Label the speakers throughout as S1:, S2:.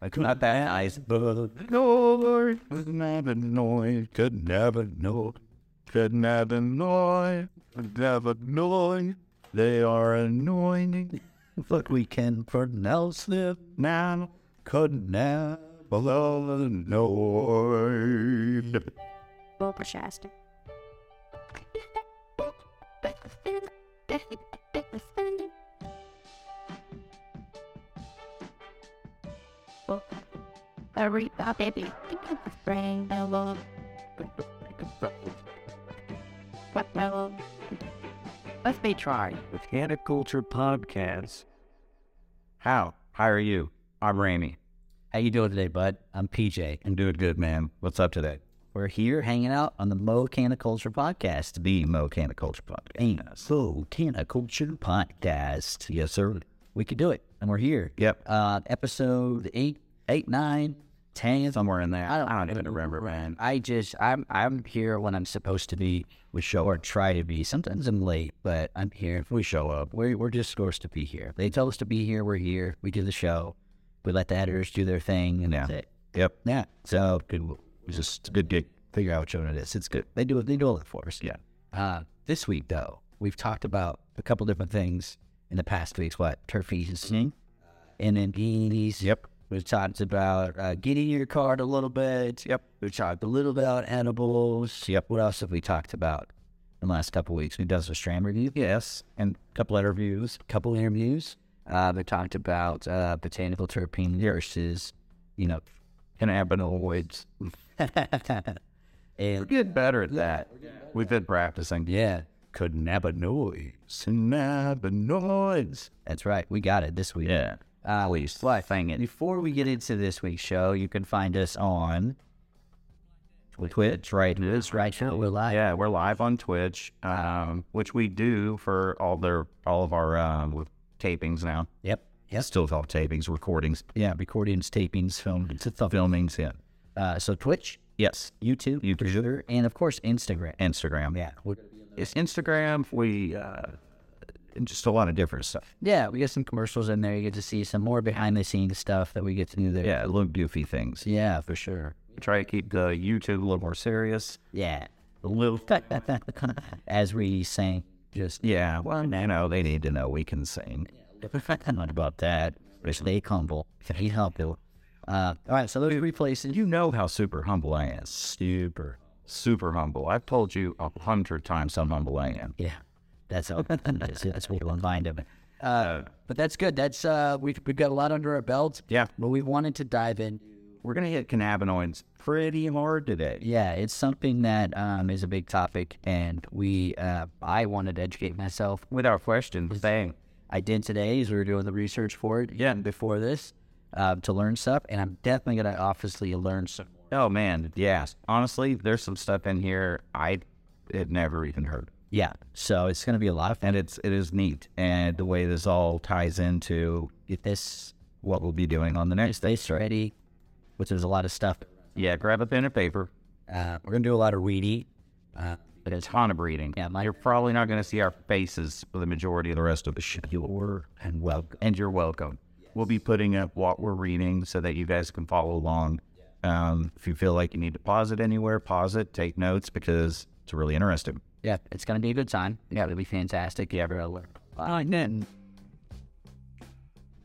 S1: It's not that nice, but Lord, could never know, could never know, could never know, could never know. They are anointing, but we can pronounce them now. Could never know.
S2: Boba Shasta. Hurry up, baby. Bring the love. What the love? Let me try.
S3: Mechanic Culture Podcast. How? How are you? I'm Ramy.
S4: How you doing today, bud? I'm PJ.
S3: I'm doing good, man. What's up today?
S4: We're here hanging out on the Mo Canna Culture Podcast. The
S3: The Mo Canna Culture Podcast.
S4: Mo Canna Culture Podcast.
S3: Yes, sir.
S4: We could do it, and we're here.
S3: Yep.
S4: Uh, episode eight, eight, nine, ten,
S3: Somewhere in there.
S4: I don't,
S3: even remember, man.
S4: I just I'm I'm here when I'm supposed to be with show or try to be. Sometimes I'm late, but I'm here.
S3: We show up.
S4: We're we're just supposed to be here. They tell us to be here. We're here. We do the show. We let the editors do their thing, and that's
S3: Yeah.
S4: it.
S3: Yep.
S4: Yeah. So good.
S3: Just a good gig.
S4: Figure out which one it is. It's good. They do it. They do all that for us.
S3: Yeah.
S4: Uh, this week, though, we've talked about a couple different things in the past weeks. What turkeys, and then guineas.
S3: Yep.
S4: We've talked about uh, getting your card a little bit.
S3: Yep.
S4: We've talked a little about edibles. Yep. What else have we talked about in the last couple weeks? We've done some strand review.
S3: Yes.
S4: And a couple interviews. couple interviews. Uh, they talked about uh, botanical terpene versus, you know,
S3: Cannabinoids.
S4: and
S3: Get better at that. We've been practicing.
S4: yeah,
S3: Cannabinoids.
S1: Cannabinoids.
S4: that's right. We got it this week.
S3: Yeah.
S4: Ah, we flying it. Before we get into this week's show, you can find us on Twitch, right? It is right now. We're live.
S3: Yeah, we're live on Twitch, um, which we do for all their all of our um, tapings now.
S4: Yep. Yes.
S3: Still called tapings, recordings.
S4: Yeah. Recordings, tapings, film. It's a thumb.
S3: filmings yeah
S4: Uh, so Twitch,
S3: yes
S4: YouTube,
S3: YouTube.
S4: Twitter, and of course Instagram.
S3: instagram
S4: Yeah. we-
S3: it's instagram we uh just a lot of different stuff
S4: Yeah. We get some commercials in there. You get to see some more behind the scenes stuff that we get to do there.
S3: yeah little goofy things
S4: Yeah, for sure.
S3: try to keep the youtube a little more serious
S4: Yeah.
S3: a little
S4: As we sang, just
S3: yeah well no no they need to know we can sing
S4: not about that. Stay humble. Stay humble. Uh, all right. So those three places.
S3: you know how super humble i am super super humble i've told you a hundred times how humble i am
S4: Yeah, that's all. that's, that's what you'll find of it. Uh, but that's good. That's uh, we've, we've got a lot under our belt.
S3: Yeah.
S4: but we wanted to dive in.
S3: we're gonna hit cannabinoids pretty hard today
S4: Yeah, it's something that um, is a big topic, and we uh, I wanted to educate myself.
S3: without question bang
S4: I did today as we were doing the research for it.
S3: Yeah.
S4: before this. Uh, to learn stuff, and I'm definitely gonna obviously learn some.
S3: Oh man, yeah. Honestly, there's some stuff in here I it never even heard,
S4: Yeah, so it's gonna be a lot of fun.
S3: and it's it is neat, and the way this all ties into
S4: If this
S3: what we'll be doing on the
S4: is
S3: next day.
S4: this ready, which is a lot of stuff,
S3: Yeah, grab a pen and paper.
S4: uh, we're gonna do a lot of weedy. Uh, but it's
S3: Ton of reading.
S4: Yeah, my-
S3: you're probably not going to see our faces for the majority of the rest of the show.
S4: pure and welcome.
S3: and you're welcome. We'll be putting up what we're reading so that you guys can follow along. Um, if you feel like you need to pause it anywhere, pause it, take notes because it's really interesting.
S4: Yeah, it's gonna be a good time. Yeah, it'll be fantastic. Yeah, everyone learn.
S3: Uh,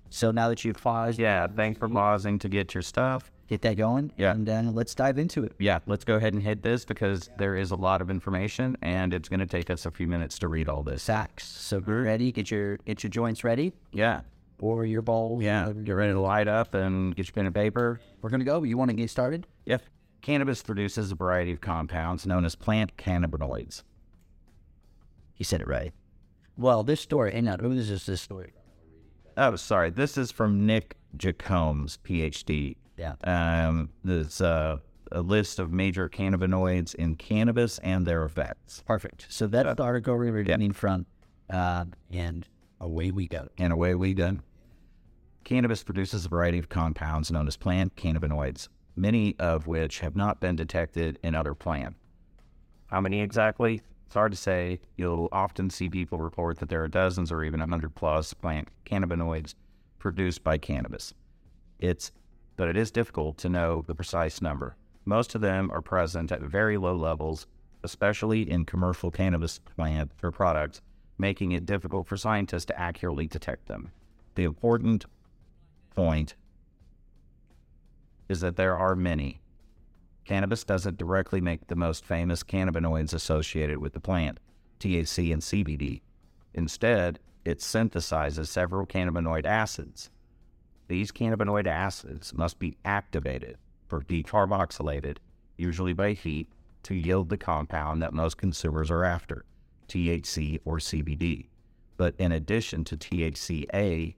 S4: So now that you've paused,
S3: yeah, thanks for pausing to get your stuff.
S4: get that going.
S3: Yeah.
S4: and uh, let's dive into it.
S3: yeah, let's go ahead and hit this because there is a lot of information and it's going to take us a few minutes to read all this.
S4: Sacks. So get
S3: Mm-hmm.
S4: ready. Get your get your joints ready
S3: Yeah.
S4: or your bowl.
S3: Yeah. Get ready to light up and get your pen and paper.
S4: We're gonna go. You want to get started?
S3: Yep. Cannabis produces a variety of compounds known as plant cannabinoids.
S4: He said it right. Well, this story. And now who is this? This story.
S3: Oh, sorry. This is from Nick Jacombs, PhD.
S4: Yeah.
S3: Um, there's uh, a list of major cannabinoids in cannabis and their effects.
S4: Perfect. So that's the article we were getting from, uh, and away we go.
S3: And away we go. Cannabis produces a variety of compounds known as plant cannabinoids, many of which have not been detected in other plant. How many exactly? It's hard to say. You'll often see people report that there are dozens or even a 100 plus plant cannabinoids produced by cannabis. It's but it is difficult to know the precise number. Most of them are present at very low levels, especially in commercial cannabis plant or products, making it difficult for scientists to accurately detect them. The important point is that there are many. Cannabis doesn't directly make the most famous cannabinoids associated with the plant, THC and CBD. Instead, it synthesizes several cannabinoid acids. These cannabinoid acids must be activated or decarboxylated, usually by heat, to yield the compound that most consumers are after, THC or CBD. But in addition to THCA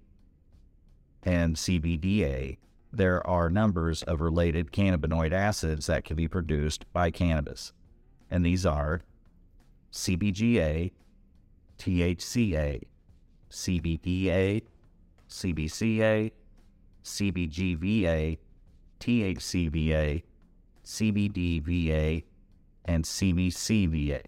S3: and CBDA, there are numbers of related cannabinoid acids that can be produced by cannabis, and these are CBGA, THCA, CBDA, CBCA, CBGVA, THCVA, CBDVA, and CBCVA.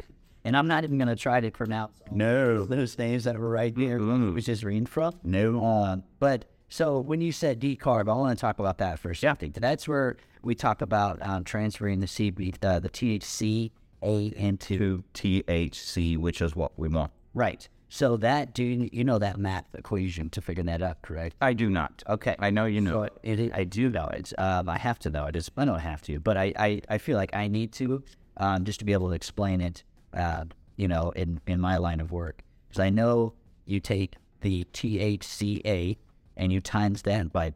S4: And I'm not even going to try to pronounce all
S3: No.
S4: those names that were right there, which is reading from. No. Uh, but so when you said decarb, I want to talk about that first. Yeah. That's where we talk about um, transferring the CB, uh, the THC A into
S3: To THC, which is what we want.
S4: right. So that do you, you know that math equation to figure that out, correct?
S3: I do not.
S4: Okay.
S3: I know you know.
S4: So it, it, I do know it. Um, I have to know it. It's, I don't have to, but I, I, I feel like I need to um, just to be able to explain it, uh, you know, in, in my line of work. Because I know you take the THCA and you times that by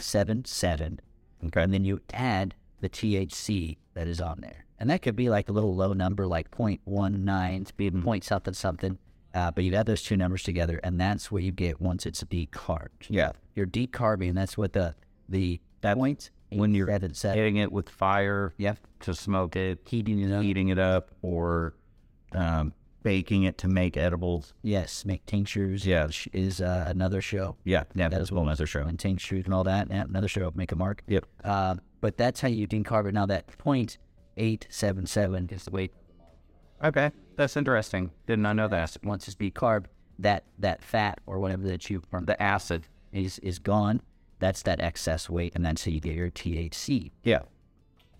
S4: 0.877,
S3: Okay.
S4: and then you add the THC that is on there. And that could be like a little low number, like 0.19, to be
S3: Mm-hmm.
S4: point something something. Uh, but you add those two numbers together, and that's what you get once it's decarbed
S3: Yeah.
S4: you're decarbing. That's what the the
S3: That
S4: point
S3: when you're
S4: seven seven.
S3: Hitting it with fire
S4: Yep.
S3: to smoke it,
S4: Heating it up.
S3: heating it up, or um, baking it to make edibles.
S4: Yes, make tinctures.
S3: Yeah.
S4: which is uh, another show.
S3: Yeah. Yeah.
S4: That is
S3: well another show.
S4: And tinctures and all that. Yeah, another show. Make a mark.
S3: Yep.
S4: Uh, but that's how you decarbon. Now that point eight seven seven is the weight.
S3: Okay. That's interesting. Did not know that.
S4: Once it's decarbed, that that fat or whatever that you the acid is is gone. That's that excess weight, and that's how you get your THC.
S3: Yeah.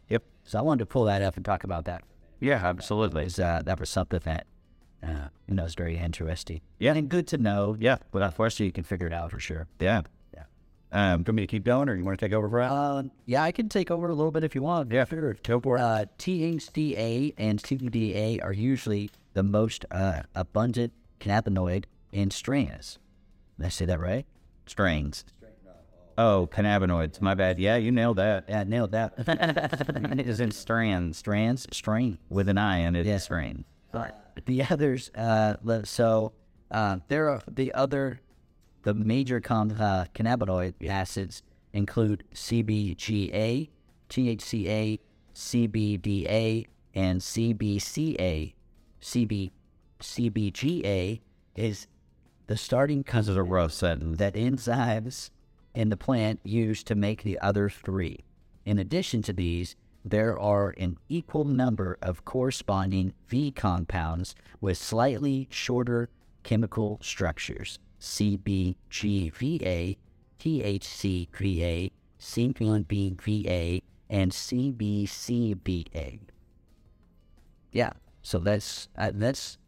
S3: Yep.
S4: So I wanted to pull that up and talk about that.
S3: Yeah, absolutely.
S4: is uh, that was something that uh, you know is very interesting.
S3: Yeah.
S4: and good to know.
S3: Yeah.
S4: without foresight, you can figure it out for sure.
S3: Yeah.
S4: Yeah.
S3: Um, Uh, do you want me to keep going or you want to take over for us?
S4: Um, yeah, I can take over a little bit if you want. Yeah, sure. Go for it. Uh, THCA and CBDA are usually the most uh, abundant cannabinoid in strains. Did I say that right?
S3: Strains. Oh, cannabinoids. My bad. Yeah, you nailed that.
S4: Yeah, nailed that.
S3: It is in strands
S4: Strands, strain.
S3: with an I and it's
S4: Yeah.
S3: strain.
S4: But the others, uh, le- so uh, there are the other, the major con- uh, cannabinoid acids include CBGA, THCA, CBDA, and CBCA. CB, CBGA is the starting
S3: This is a
S4: compound
S3: rough sentence.
S4: that enzymes in the plant use to make the other three. In addition to these, there are an equal number of corresponding V compounds with slightly shorter chemical structures CBGVA, THCVA, CBBVA, and CBCBA. Yeah, so that's uh, that's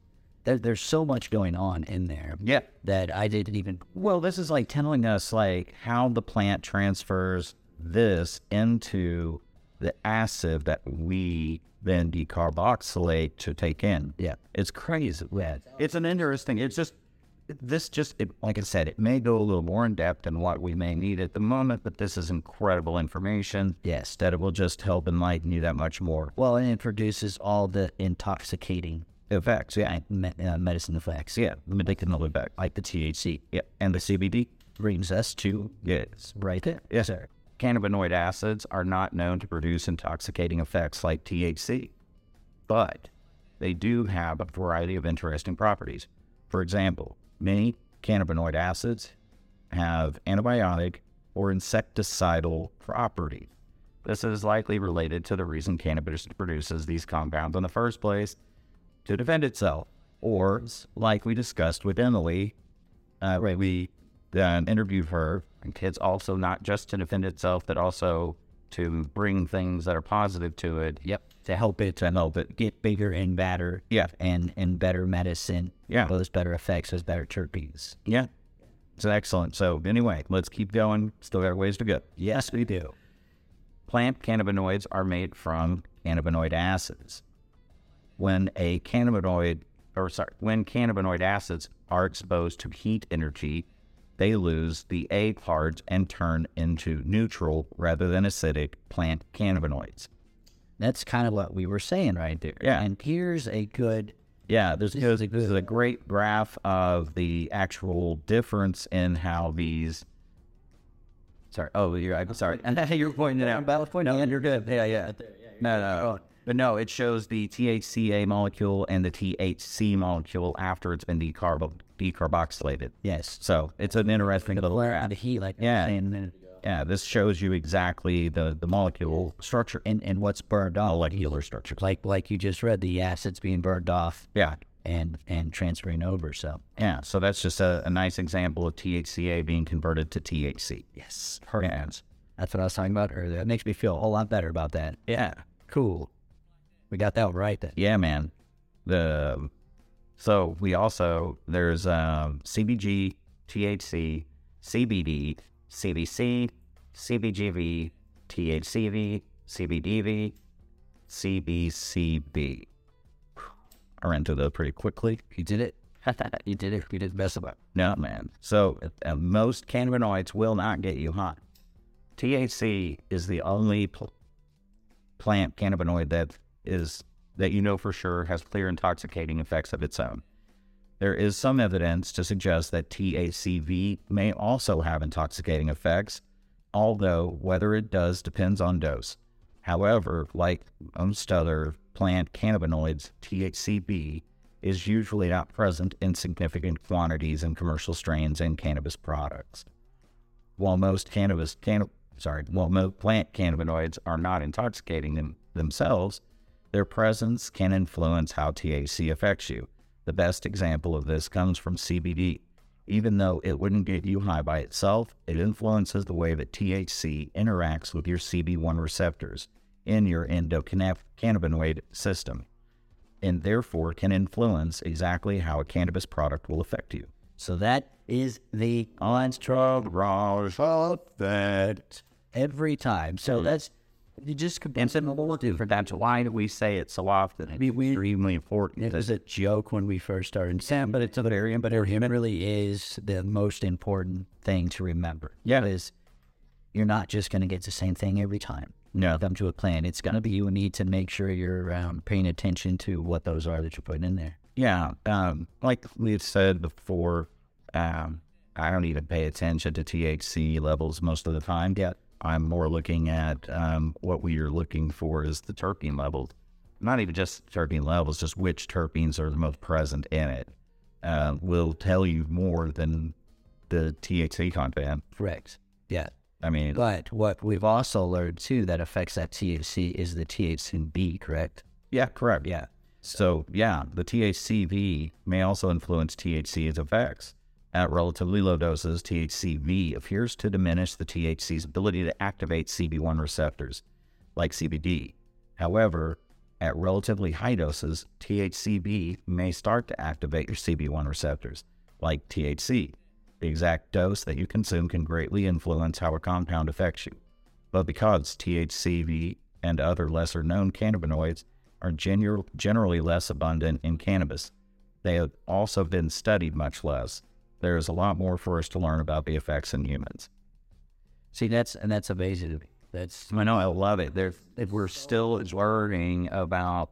S4: there, there's so much going on in there
S3: Yeah.
S4: that I didn't even
S3: Well, this is like telling us like how the plant transfers this into the acid that we then decarboxylate to take in.
S4: Yeah.
S3: It's crazy. It's an interesting. It's just this just it, like I said, it may go a little more in depth than what we may need at the moment, but this is incredible information.
S4: Yes.
S3: That it will just help enlighten you that much more.
S4: Well, and it produces all the intoxicating
S3: Effects, yeah.
S4: me- uh, medicine effects.
S3: Yeah, medicinal effect.
S4: Like the THC.
S3: Yeah. And the CBD?
S4: Brings us to
S3: Yes.
S4: right there.
S3: Yes, sir. Cannabinoid acids are not known to produce intoxicating effects like THC, but they do have a variety of interesting properties. For example, many cannabinoid acids have antibiotic or insecticidal properties. This is likely related to the reason cannabis produces these compounds in the first place to defend itself, or like we discussed with Emily uh, right. we uh, interviewed her and kids also not just to defend itself, but also to bring things that are positive to it.
S4: Yep. To help it to help it get bigger and better.
S3: Yeah.
S4: And and better medicine.
S3: Yeah.
S4: Those better effects, those better terpenes.
S3: Yeah. It's excellent. So anyway, let's keep going. Still got ways to go.
S4: Yes, we do.
S3: Plant cannabinoids are made from cannabinoid acids. When a cannabinoid, or sorry, when cannabinoid acids are exposed to heat energy, they lose the A part and turn into neutral rather than acidic plant cannabinoids.
S4: That's kind of what we were saying right there.
S3: Yeah.
S4: And here's a good
S3: Yeah, there's,
S4: is a
S3: this is a great graph of the actual difference in how these. Sorry. Oh, you're. I'm sorry. you're pointing it out.
S4: battle point.
S3: No, you're good. Yeah, yeah. No, no. But no, it shows the THCA molecule and the THC molecule after it's been decarb- decarboxylated.
S4: Yes.
S3: So it's an interesting little.
S4: Blur out of heat like I was
S3: Yeah.
S4: saying a minute ago.
S3: Yeah, this shows you exactly the, the molecule structure.
S4: And and what's burned off molecular structure. Like like you just read, the acids being burned off
S3: Yeah.
S4: and and transferring over. So
S3: Yeah. So that's just a, a nice example of THCA being converted to THC.
S4: yes.
S3: Yeah.
S4: That's what I was talking about earlier. That makes me feel a whole lot better about that.
S3: Yeah.
S4: Cool. We got that right then.
S3: Yeah, man. The so we also there's um, CBG, THC, CBD, CBC, CBGV, THCV, CBDV, CBCB. I ran through those pretty quickly.
S4: You did it. you did it. You didn't mess up.
S3: No, man. So uh, most cannabinoids will not get you high. THC is the only pl- plant cannabinoid that is that you know for sure has clear intoxicating effects of its own. There is some evidence to suggest that THCV may also have intoxicating effects, although whether it does depends on dose. However, like most other plant cannabinoids, THCB is usually not present in significant quantities in commercial strains and cannabis products. While most cannabis canna- sorry, while most plant cannabinoids are not intoxicating them, themselves, their presence can influence how THC affects you. The best example of this comes from CBD. Even though it wouldn't get you high by itself, it influences the way that THC interacts with your CB1 receptors in your endocannabinoid system, and therefore can influence exactly how a cannabis product will affect you.
S4: So that is the
S3: Entourage effect.
S4: every time. So
S3: Mm-hmm.
S4: that's you just
S3: And
S4: compare.
S3: so we'll do for that. Why do we say it so often? It's extremely important.
S4: It was a joke when we first started Sam, but it's a very but it really is the most important thing to remember.
S3: Yeah.
S4: Is you're not just gonna get the same thing every time.
S3: No.
S4: Come to a plan. It's gonna be you need to make sure you're um, paying attention to what those are that you're putting in there.
S3: Yeah, um, like we had said before, um, I don't even pay attention to THC levels most of the time.
S4: Yeah.
S3: I'm more looking at um, what we are looking for is the terpene levels, not even just terpene levels, just which terpenes are the most present in it. Uh, will tell you more than the THC content.
S4: Correct. Yeah.
S3: I mean,
S4: But what we've also learned too that affects that THC is the THCB, correct?
S3: yeah, correct. Yeah. So, yeah, the THCV may also influence THC's effects. At relatively low doses, THCV appears to diminish the THC's ability to activate CB1 receptors, like CBD. However, at relatively high doses, THCV may start to activate your CB1 receptors, like THC. The exact dose that you consume can greatly influence how a compound affects you. But because THCV and other lesser known cannabinoids are genu- generally less abundant in cannabis, they have also been studied much less. There is a lot more for us to learn about the effects in humans.
S4: See, that's and that's amazing to me. That's
S3: I know, I love it. They're, we're still learning about.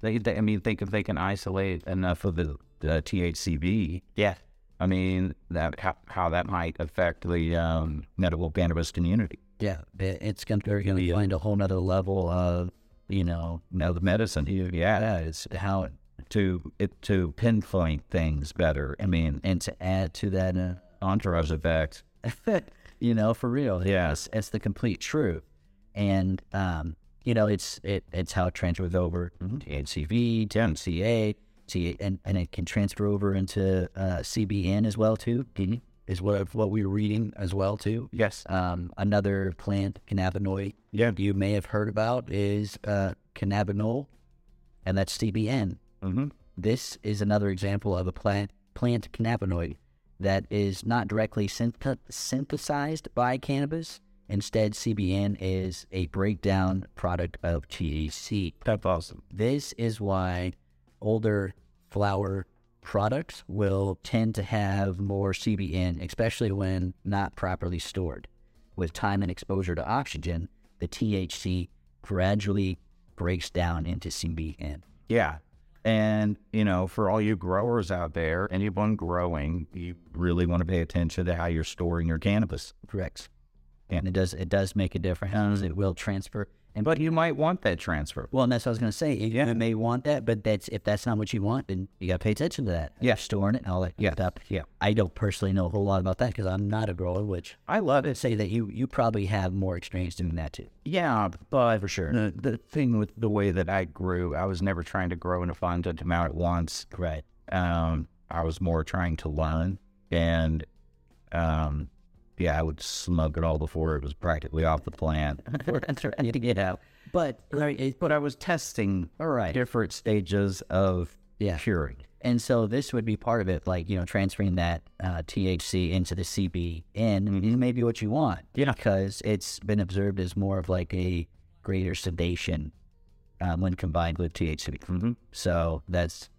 S3: They, they, I mean, think if they can isolate enough of the, the THCV,
S4: yeah,
S3: I mean, that how, how that might affect the um, medical cannabis community.
S4: yeah. It, it's gonna you're gonna find a whole nother level of you know
S3: know the medicine. Yeah,
S4: yeah, it's how
S3: to it to pinpoint things better. I mean,
S4: and to add to that uh,
S3: entourage effect.
S4: you know for real
S3: Yes.
S4: it's the complete truth and um you know it's it it's how it transfers over THCV, THCA, T and and it can transfer over into uh, CBN as well too. is what what we were reading as well too.
S3: Yes. uh,
S4: Um, another plant cannabinoid
S3: Yeah.
S4: you may have heard about is uh, cannabinol, and that's CBN.
S3: Mm-hmm.
S4: This is another example of a plant plant cannabinoid that is not directly synth- synthesized by cannabis. Instead, CBN is a breakdown product of E THC.
S3: That's awesome.
S4: This is why older flower products will tend to have more CBN, especially when not properly stored. With time and exposure to oxygen, the THC gradually breaks down into CBN.
S3: Yeah. And, you know, for all you growers out there, anyone growing, you really want to pay attention to how you're storing your cannabis.
S4: Correct.
S3: Yeah.
S4: And it does it does make a difference. It will transfer. And
S3: But you might want that transfer.
S4: well, and that's what I was gonna say. You, you
S3: Yeah.
S4: may want that, but that's if that's not what you want, then you gotta pay attention to that.
S3: Yeah.
S4: storing it and all that
S3: Yeah.
S4: stuff.
S3: Yeah.
S4: I don't personally know a whole lot about that because I'm not a grower, which
S3: I love it.
S4: say that you you probably have more experience doing that too.
S3: Yeah, but for sure. The, the thing with the way that I grew, I was never trying to grow an abundant amount at once.
S4: Right.
S3: Um, I was more trying to learn, and um, yeah, I would smoke it all before it was practically off the plant.
S4: you know. But Larry, it-
S3: but I was testing
S4: all right.
S3: different stages of
S4: Yeah.
S3: curing.
S4: And so this would be part of it, like you know, transferring that uh, THC into the CBN is maybe what you want.
S3: Yeah.
S4: because it's been observed as more of like a greater sedation um, when combined with THC.
S3: Mhm.
S4: So that's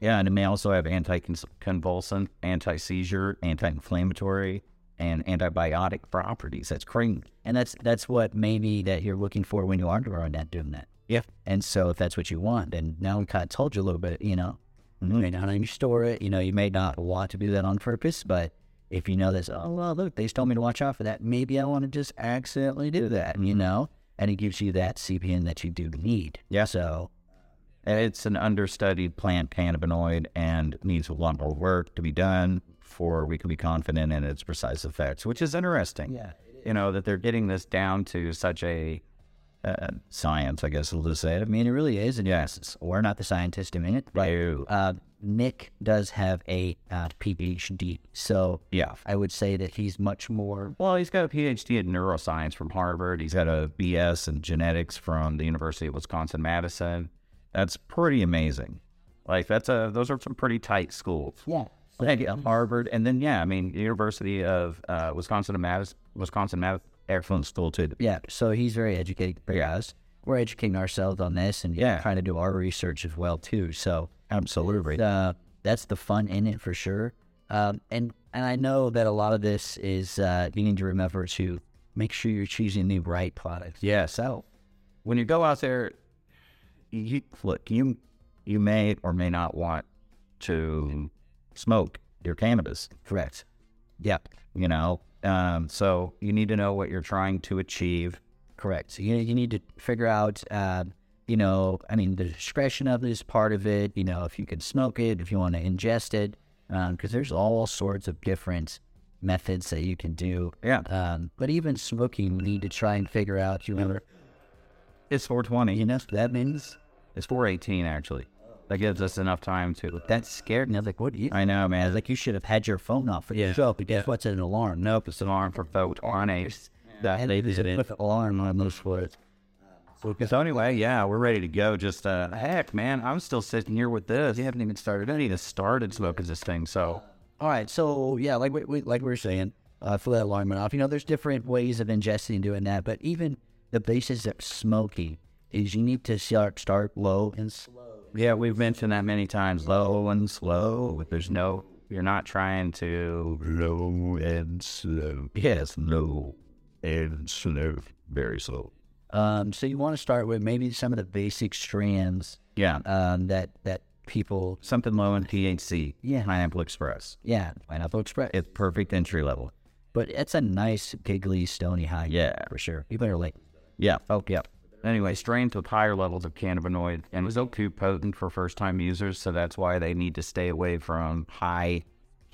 S3: Yeah, and it may also have anticonvulsant, anti seizure, anti inflammatory, and antibiotic properties. That's crazy.
S4: and that's that's what maybe that you're looking for when you are growing that doing that.
S3: Yeah.
S4: And so if that's what you want, and now we kind of told you a little bit, you know, "Mm, you may not even store it. You know, you may not want to do that on purpose, but if you know this, oh well, look, they just told me to watch out for that. Maybe I want to just accidentally do that,
S3: Mm-hmm.
S4: you know. And it gives you that CBN that you do need.
S3: Yeah.
S4: So
S3: And It's an understudied plant cannabinoid and needs a lot more work to be done before we can be confident in its precise effects, which is interesting.
S4: Yeah,
S3: You know, that they're getting this down to such a uh, science, I guess we'll just say it.
S4: I mean, it really is. And yes, we're not the scientists doing it, but
S3: No.
S4: uh, Nick does have a uh, PhD. So
S3: Yeah.
S4: I would say that he's much more.
S3: Well, he's got a PhD in neuroscience from Harvard. He's got a BS in genetics from the University of Wisconsin Madison. That's pretty amazing. Like that's a those are some pretty tight schools.
S4: Yeah.
S3: Thank you. Harvard, and then yeah, I mean University of uh, Wisconsin Madison, Wisconsin Madison, excellent school too.
S4: Yeah. So he's very educated.
S3: Yeah.
S4: Yes. We're educating ourselves on this and
S3: Yeah.
S4: trying to do our research as well, too. So
S3: Absolutely.
S4: uh, that's the fun in it for sure. Um, and and I know that a lot of this is uh, you need to remember to make sure you're choosing the right product.
S3: Yeah. So
S4: So
S3: when you go out there, you look you you may or may not want to smoke your cannabis.
S4: correct. Yeah.
S3: You know, um, so you need to know what you're trying to achieve.
S4: Correct. So you, you need to figure out, uh, you know, I mean, the discretion of this part of it, you know, if you can smoke it, if you want to ingest it, because there's all sorts of different methods that you can do.
S3: Yeah.
S4: Um, but even smoking, you need to try and figure out, you know,
S3: It's 420.
S4: you know what that means?
S3: It's 418 actually. That gives us enough time to.
S4: That's scared. And I was like, what do you?
S3: I know,
S4: I was
S3: man.
S4: like, you should have had your phone off for
S3: Yeah.
S4: your show, but guess what's an alarm? Nope.
S3: It's an arm for vote on a. That
S4: And they just put the alarm on those for it.
S3: So anyway, yeah, we're ready to go. Just uh, heck, man, I'm still sitting here with this. You haven't even started. I need to started smoking this thing. So
S4: All right, so yeah, like we, we like we were saying, uh, for that alarm went off. You know, there's different ways of ingesting and doing that, but even the basis of smoking is you need to start start low and slow.
S3: yeah, we've mentioned that many times. Low and slow. There's no. You're not trying to
S1: Low and slow.
S3: yes, low,
S1: And slow.
S3: very slow.
S4: Um, so you want to start with maybe some of the basic strands
S3: Yeah, uh,
S4: um, that that people,
S3: something low in THC.
S4: Yeah.
S3: Pineapple Express.
S4: yeah, pineapple express.
S3: It's perfect entry level.
S4: But it's a nice giggly stony high.
S3: Yeah.
S4: for sure. People are like,
S3: Yeah.
S4: oh yeah,
S3: Anyway, strains with higher levels of cannabinoid and was too potent for first time users, so that's why they need to stay away from high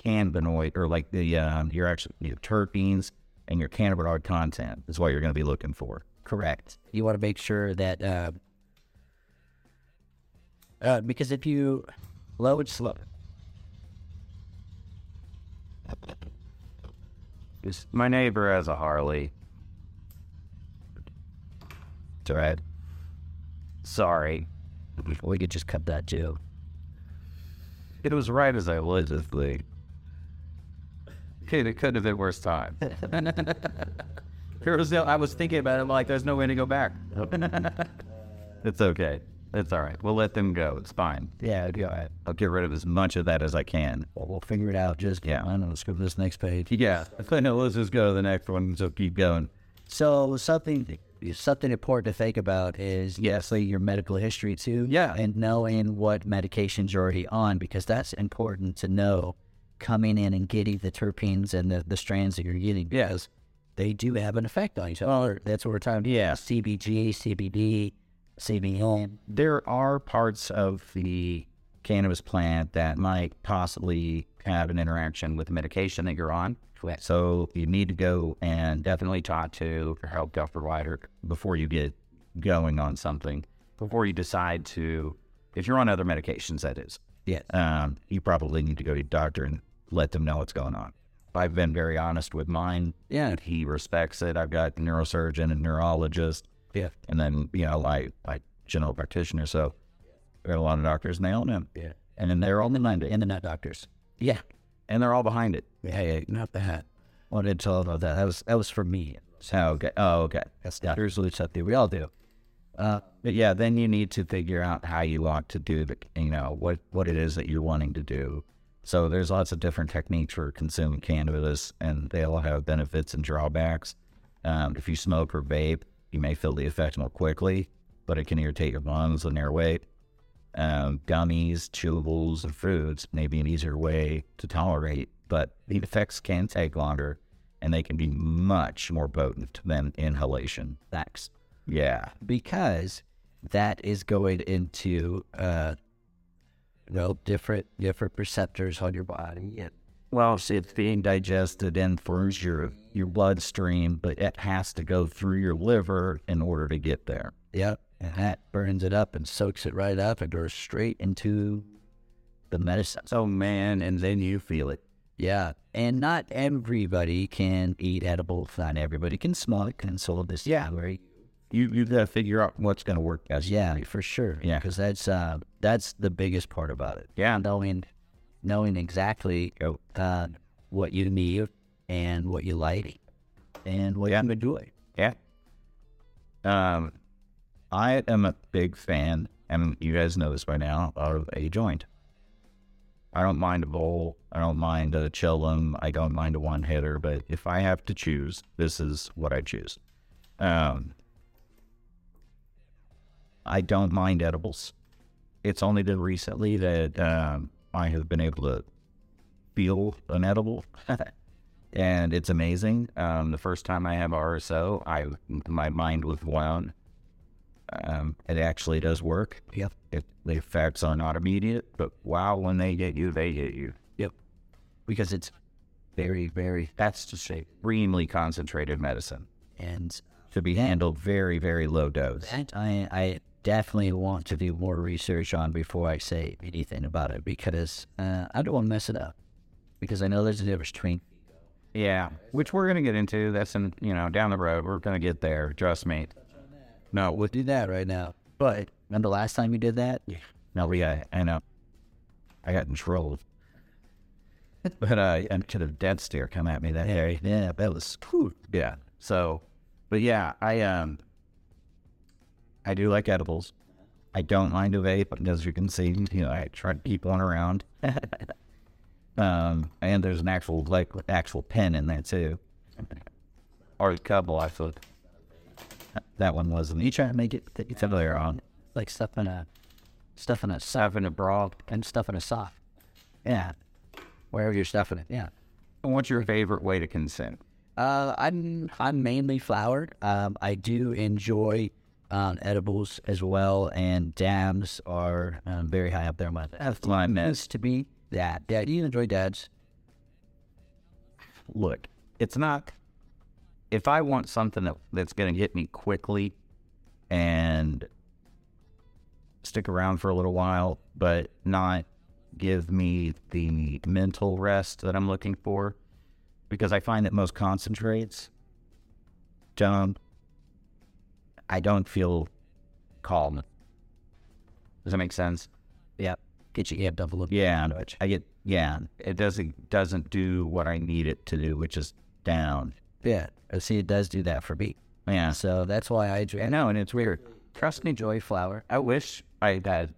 S3: cannabinoid or like the um, your actual your terpenes and your cannabinoid content is what you're going to be looking for.
S4: Correct. You want to make sure that uh, uh, because if you low and slow,
S3: It's- my neighbor has a Harley.
S4: It's all right.
S3: Sorry.
S4: We could just cut that too.
S3: It was right as I was this thing. Kid, it couldn't have been worse time. there was no, I was thinking about it. I'm like, there's no way to go back. it's okay. It's all right. We'll let them go. It's fine.
S4: Yeah, it'd be all right.
S3: I'll get rid of as much of that as I can.
S4: Well, we'll figure it out. Just
S3: Yeah.
S4: yeah, I don't know. Let's go to this next page.
S3: Yeah. No, let's just go to the next one. So keep going.
S4: So something something important to think about is obviously your medical history too.
S3: Yeah.
S4: and knowing what medications you're already on because that's important to know coming in and getting the terpenes and the, the strands that you're getting.
S3: Yes.
S4: they do have an effect on you. So oh, that's what we're talking. about.
S3: Yeah.
S4: CBG, CBD, CBN.
S3: there are parts of the cannabis plant that might possibly have an interaction with the medication that you're on. So you need to go and definitely talk to your healthcare provider before you get going on something, before you decide to, if you're on other medications, that is.
S4: Yes.
S3: Um, you probably need to go to your doctor and let them know what's going on. I've been very honest with mine.
S4: Yeah.
S3: He respects it. I've got neurosurgeon and neurologist
S4: Yeah.
S3: and then you know like like general practitioner so there are a lot of doctors and they own them
S4: Yeah.
S3: and then they're all behind it
S4: And the nut doctors. Yeah.
S3: and they're all behind it
S4: Yeah. yeah not that. Wanted to tell about that. That was that was for me.
S3: so okay oh okay
S4: That's doctors lose something. We all do.
S3: Uh, but yeah then you need to figure out how you want to do the you know what what it is that you're wanting to do so there's lots of different techniques for consuming cannabis and they all have benefits and drawbacks um, if you smoke or vape you may feel the effect more quickly but it can irritate your lungs and airway um, gummies, chewables, and foods may be an easier way to tolerate, but the effects can take longer and they can be much more potent than inhalation.
S4: Facts.
S3: Yeah.
S4: because that is going into uh you know different different receptors on your body and
S3: Well, see, it's being digested and through your, your bloodstream, but it has to go through your liver in order to get there.
S4: yeah and that burns it up and soaks it right up and goes straight into the medicine
S3: Oh, man. And then you feel it.
S4: yeah and not everybody can eat edibles not everybody can smoke and so this yeah
S3: You, you got to figure out what's going to work best.
S4: yeah for sure
S3: Yeah.
S4: because that's uh that's the biggest part about it
S3: Yeah.
S4: knowing knowing exactly
S3: Oh.
S4: uh, what you need and what you like and what
S3: Yeah.
S4: you enjoy.
S3: Yeah. Um, I am a big fan, and you guys know this by now, of a joint. I don't mind a bowl. I don't mind a chillum. I don't mind a one hitter. But if I have to choose, this is what I choose. Um, I don't mind edibles. It's only been recently that um, I have been able to feel an edible. and it's amazing. Um, the first time I have RSO, I my mind was blown. Um, it actually does work.
S4: Yep.
S3: It, the effects are not immediate, but wow, when they get you, they hit you.
S4: Yep. Because it's very, very
S3: That's just extremely concentrated medicine
S4: and
S3: to be handled very, very low dose.
S4: that I I definitely want to do more research on before I say anything about it because uh, I don't want to mess it up. Because I know there's a difference between
S3: Yeah, which we're gonna get into. That's in you know down the road. We're gonna get there. Trust me. No, with
S4: do that right now. But remember last time you did that? Yeah.
S3: No, we got, I know. I got in trouble. but uh, and to the dead stare come at me that day.
S4: Yeah, that was whew.
S3: Yeah. So, but yeah, I um, I do like edibles. I don't mind a vape, as you can see. You know, I try to keep one around. um, and there's an actual like actual pen in there too, or a couple. I thought that one wasn't. You try to make it it's earlier on.
S4: like stuff in a stuff in a sock
S3: Having a broad
S4: and stuff in a sock. Yeah. Wherever you're stuffing it. Yeah.
S3: What's your favorite way to consent?
S4: Uh, I'm I'm mainly flowered. Um, I do enjoy um, edibles as well, and dabs are um, very high up there. in My
S3: That's my mess.
S4: used to be that. Dad, do you enjoy dabs?
S3: Look, it's not. If I want something that, that's going to hit me quickly and stick around for a little while, but not give me the mental rest that I'm looking for, because I find that most concentrates don't. I don't feel calm. Does that make sense?
S4: Yeah. Get your amped up a little
S3: Yeah, I get. Yeah, it doesn't doesn't do what I need it to do, which is down.
S4: bit. Yeah. Uh, See, it does do that for me.
S3: Yeah, so
S4: So that's why I drink.
S3: I know, and it's weird. Trust me,
S4: Joy Flower.
S3: I wish I had.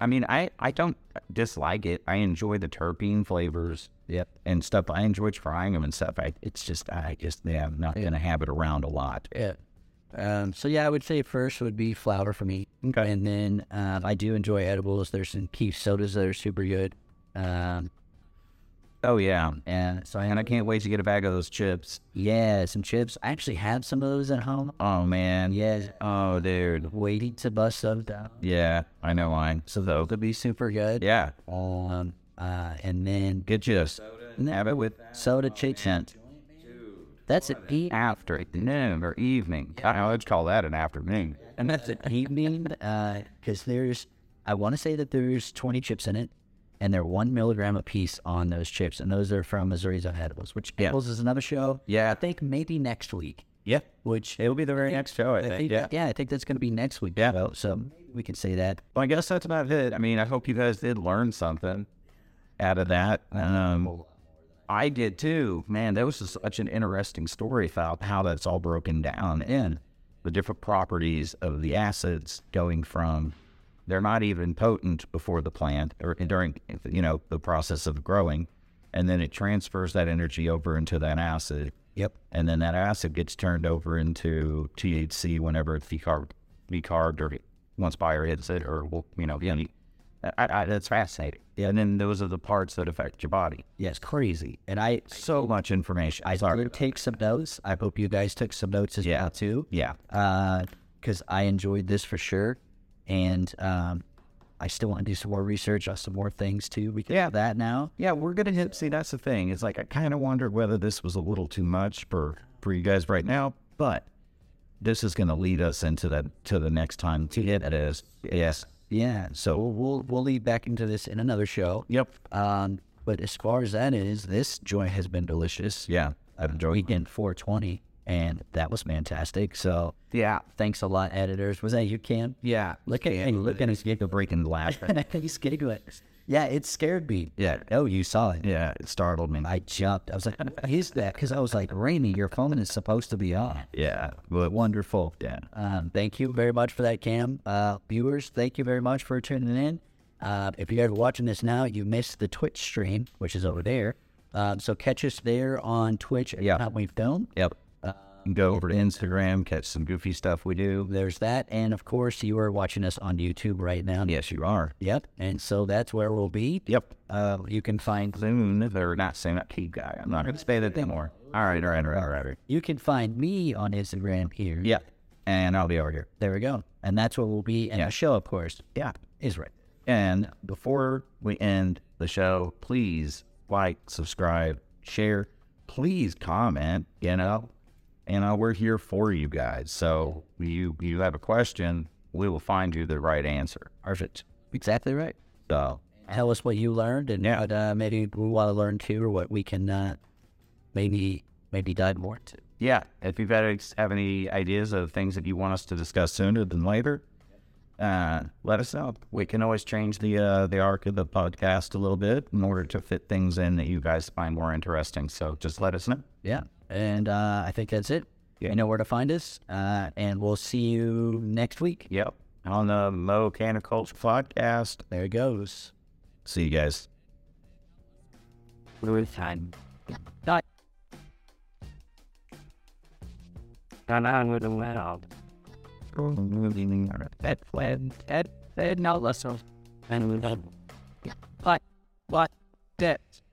S3: I mean, I I don't dislike it. I enjoy the terpene flavors.
S4: Yep.
S3: and stuff. I enjoy trying them and stuff. I, it's just I just yeah, I'm not gonna have it around a lot.
S4: Yeah. Um, so yeah, I would say first would be flour for me.
S3: Okay.
S4: And then um, I do enjoy edibles. There's some key sodas that are super good. Um,
S3: Oh yeah,
S4: and so I
S3: and I can't wait to get a bag of those chips.
S4: yeah, some chips. I actually have some of those at home.
S3: Oh man,
S4: Yeah,
S3: Oh dude,
S4: waiting to bust them down.
S3: yeah, I know mine. So though,
S4: They'll be super good.
S3: yeah,
S4: Um, uh, and then
S3: get you a soda. and Have it with
S4: soda chips. That's an e-
S3: afternoon or evening. I don't know, let's call that an afternoon.
S4: and that's an evening because uh, there's I want to say that there's 20 chips in it, and they're one milligram a piece on those chips, and those are from Missouri's Own Edibles, which
S3: Yeah.
S4: Edibles is another show.
S3: Yeah.
S4: I think maybe next week.
S3: Yeah,
S4: Which
S3: it will be the very next show. I think. Yeah.
S4: that- yeah, I think that's going to be next week.
S3: Yeah.
S4: so, so we can say that.
S3: Well, I guess that's about it. I mean, I hope you guys did learn something out of that. Um, I did too. Man, that was just such an interesting story about how that's all broken down and the different properties of the acids going from they're not even potent before the plant or during you know the process of growing, and then it transfers that energy over into that acid
S4: Yep.
S3: and then that acid gets turned over into THC whenever it's decarb- decarbed or once buyer hits it or well, you know yeah, I, I, that's fascinating. Yeah, and then those are the parts that affect your body.
S4: Yes, crazy. And I
S3: So much information.
S4: I
S3: Sorry.
S4: did take some notes. I hope you guys took some notes as
S3: Yeah.
S4: well too.
S3: Yeah,
S4: because I enjoyed this for sure, and um, I still want to do some more research on some more things too. We can
S3: Yeah.
S4: do that now.
S3: yeah. We're gonna hit. See, that's the thing. It's like I kind of wondered whether this was a little too much for for you guys right now, but this is gonna lead us into that to the next time. To it is yes.
S4: Yeah, so we'll we'll, we'll lead back into this in another show.
S3: Yep.
S4: Um, but as far as that is, this joint has been delicious.
S3: Yeah. I've enjoyed.
S4: Weekend 420, and that was fantastic. So
S3: Yeah.
S4: thanks a lot, editors. Was that you, Cam?
S3: Yeah.
S4: Look at hey, look at his giggle.
S3: Breaking the last.
S4: He's giggling. Yeah, it scared me.
S3: Yeah.
S4: Oh, you saw it.
S3: Yeah, it startled me.
S4: I jumped. I was like, what is that? Because I was like, Rainy, your phone is supposed to be on.
S3: yeah, but
S4: Wonderful.
S3: yeah,
S4: Um, thank you very much for that, Cam. Uh, viewers, thank you very much for tuning in. Uh, if you guys are watching this now, you missed the Twitch stream, which is over there. Um, so catch us there on Twitch.
S3: Yeah.
S4: Not we film.
S3: yep. Uh, Go over to Instagram, catch some goofy stuff we do.
S4: There's that. And of course, you are watching us on YouTube right now.
S3: Yes, you are.
S4: Yep. And so that's where we'll be.
S3: Yep.
S4: Uh, you can find
S3: Soon, or not soon, not key guy. I'm not going to say that anymore. All right, all right, all right, all right. all right.
S4: you can find me on Instagram here.
S3: Yeah, and I'll be over here.
S4: There we go. And that's where we'll be. And the show, of course,
S3: Yeah,
S4: is right.
S3: and before we end the show, please like, subscribe, share. Please comment. You know, and uh, we're here for you guys. So you you have a question, we will find you the right answer.
S4: Perfect. Exactly right.
S3: So
S4: Tell us what you learned and
S3: Yeah.
S4: what uh, maybe we want to learn too, or what we can uh, maybe maybe dive more into.
S3: yeah, if you guys have any ideas of things that you want us to discuss sooner than later, uh, let us know. We can always change the uh, the arc of the podcast a little bit in order to fit things in that you guys find more interesting. So just let us know.
S4: Yeah. And uh, I think that's it.
S3: Yeah.
S4: You know where to find us, uh, and we'll see you next week.
S3: Yep, on the Mo Can of Culture podcast.
S4: There it goes.
S3: See you guys.
S2: Blue time.
S4: Bye.
S2: Gone on with the world.
S3: That fled.
S2: Ed, Ed, now listen. And we done. What? What? That.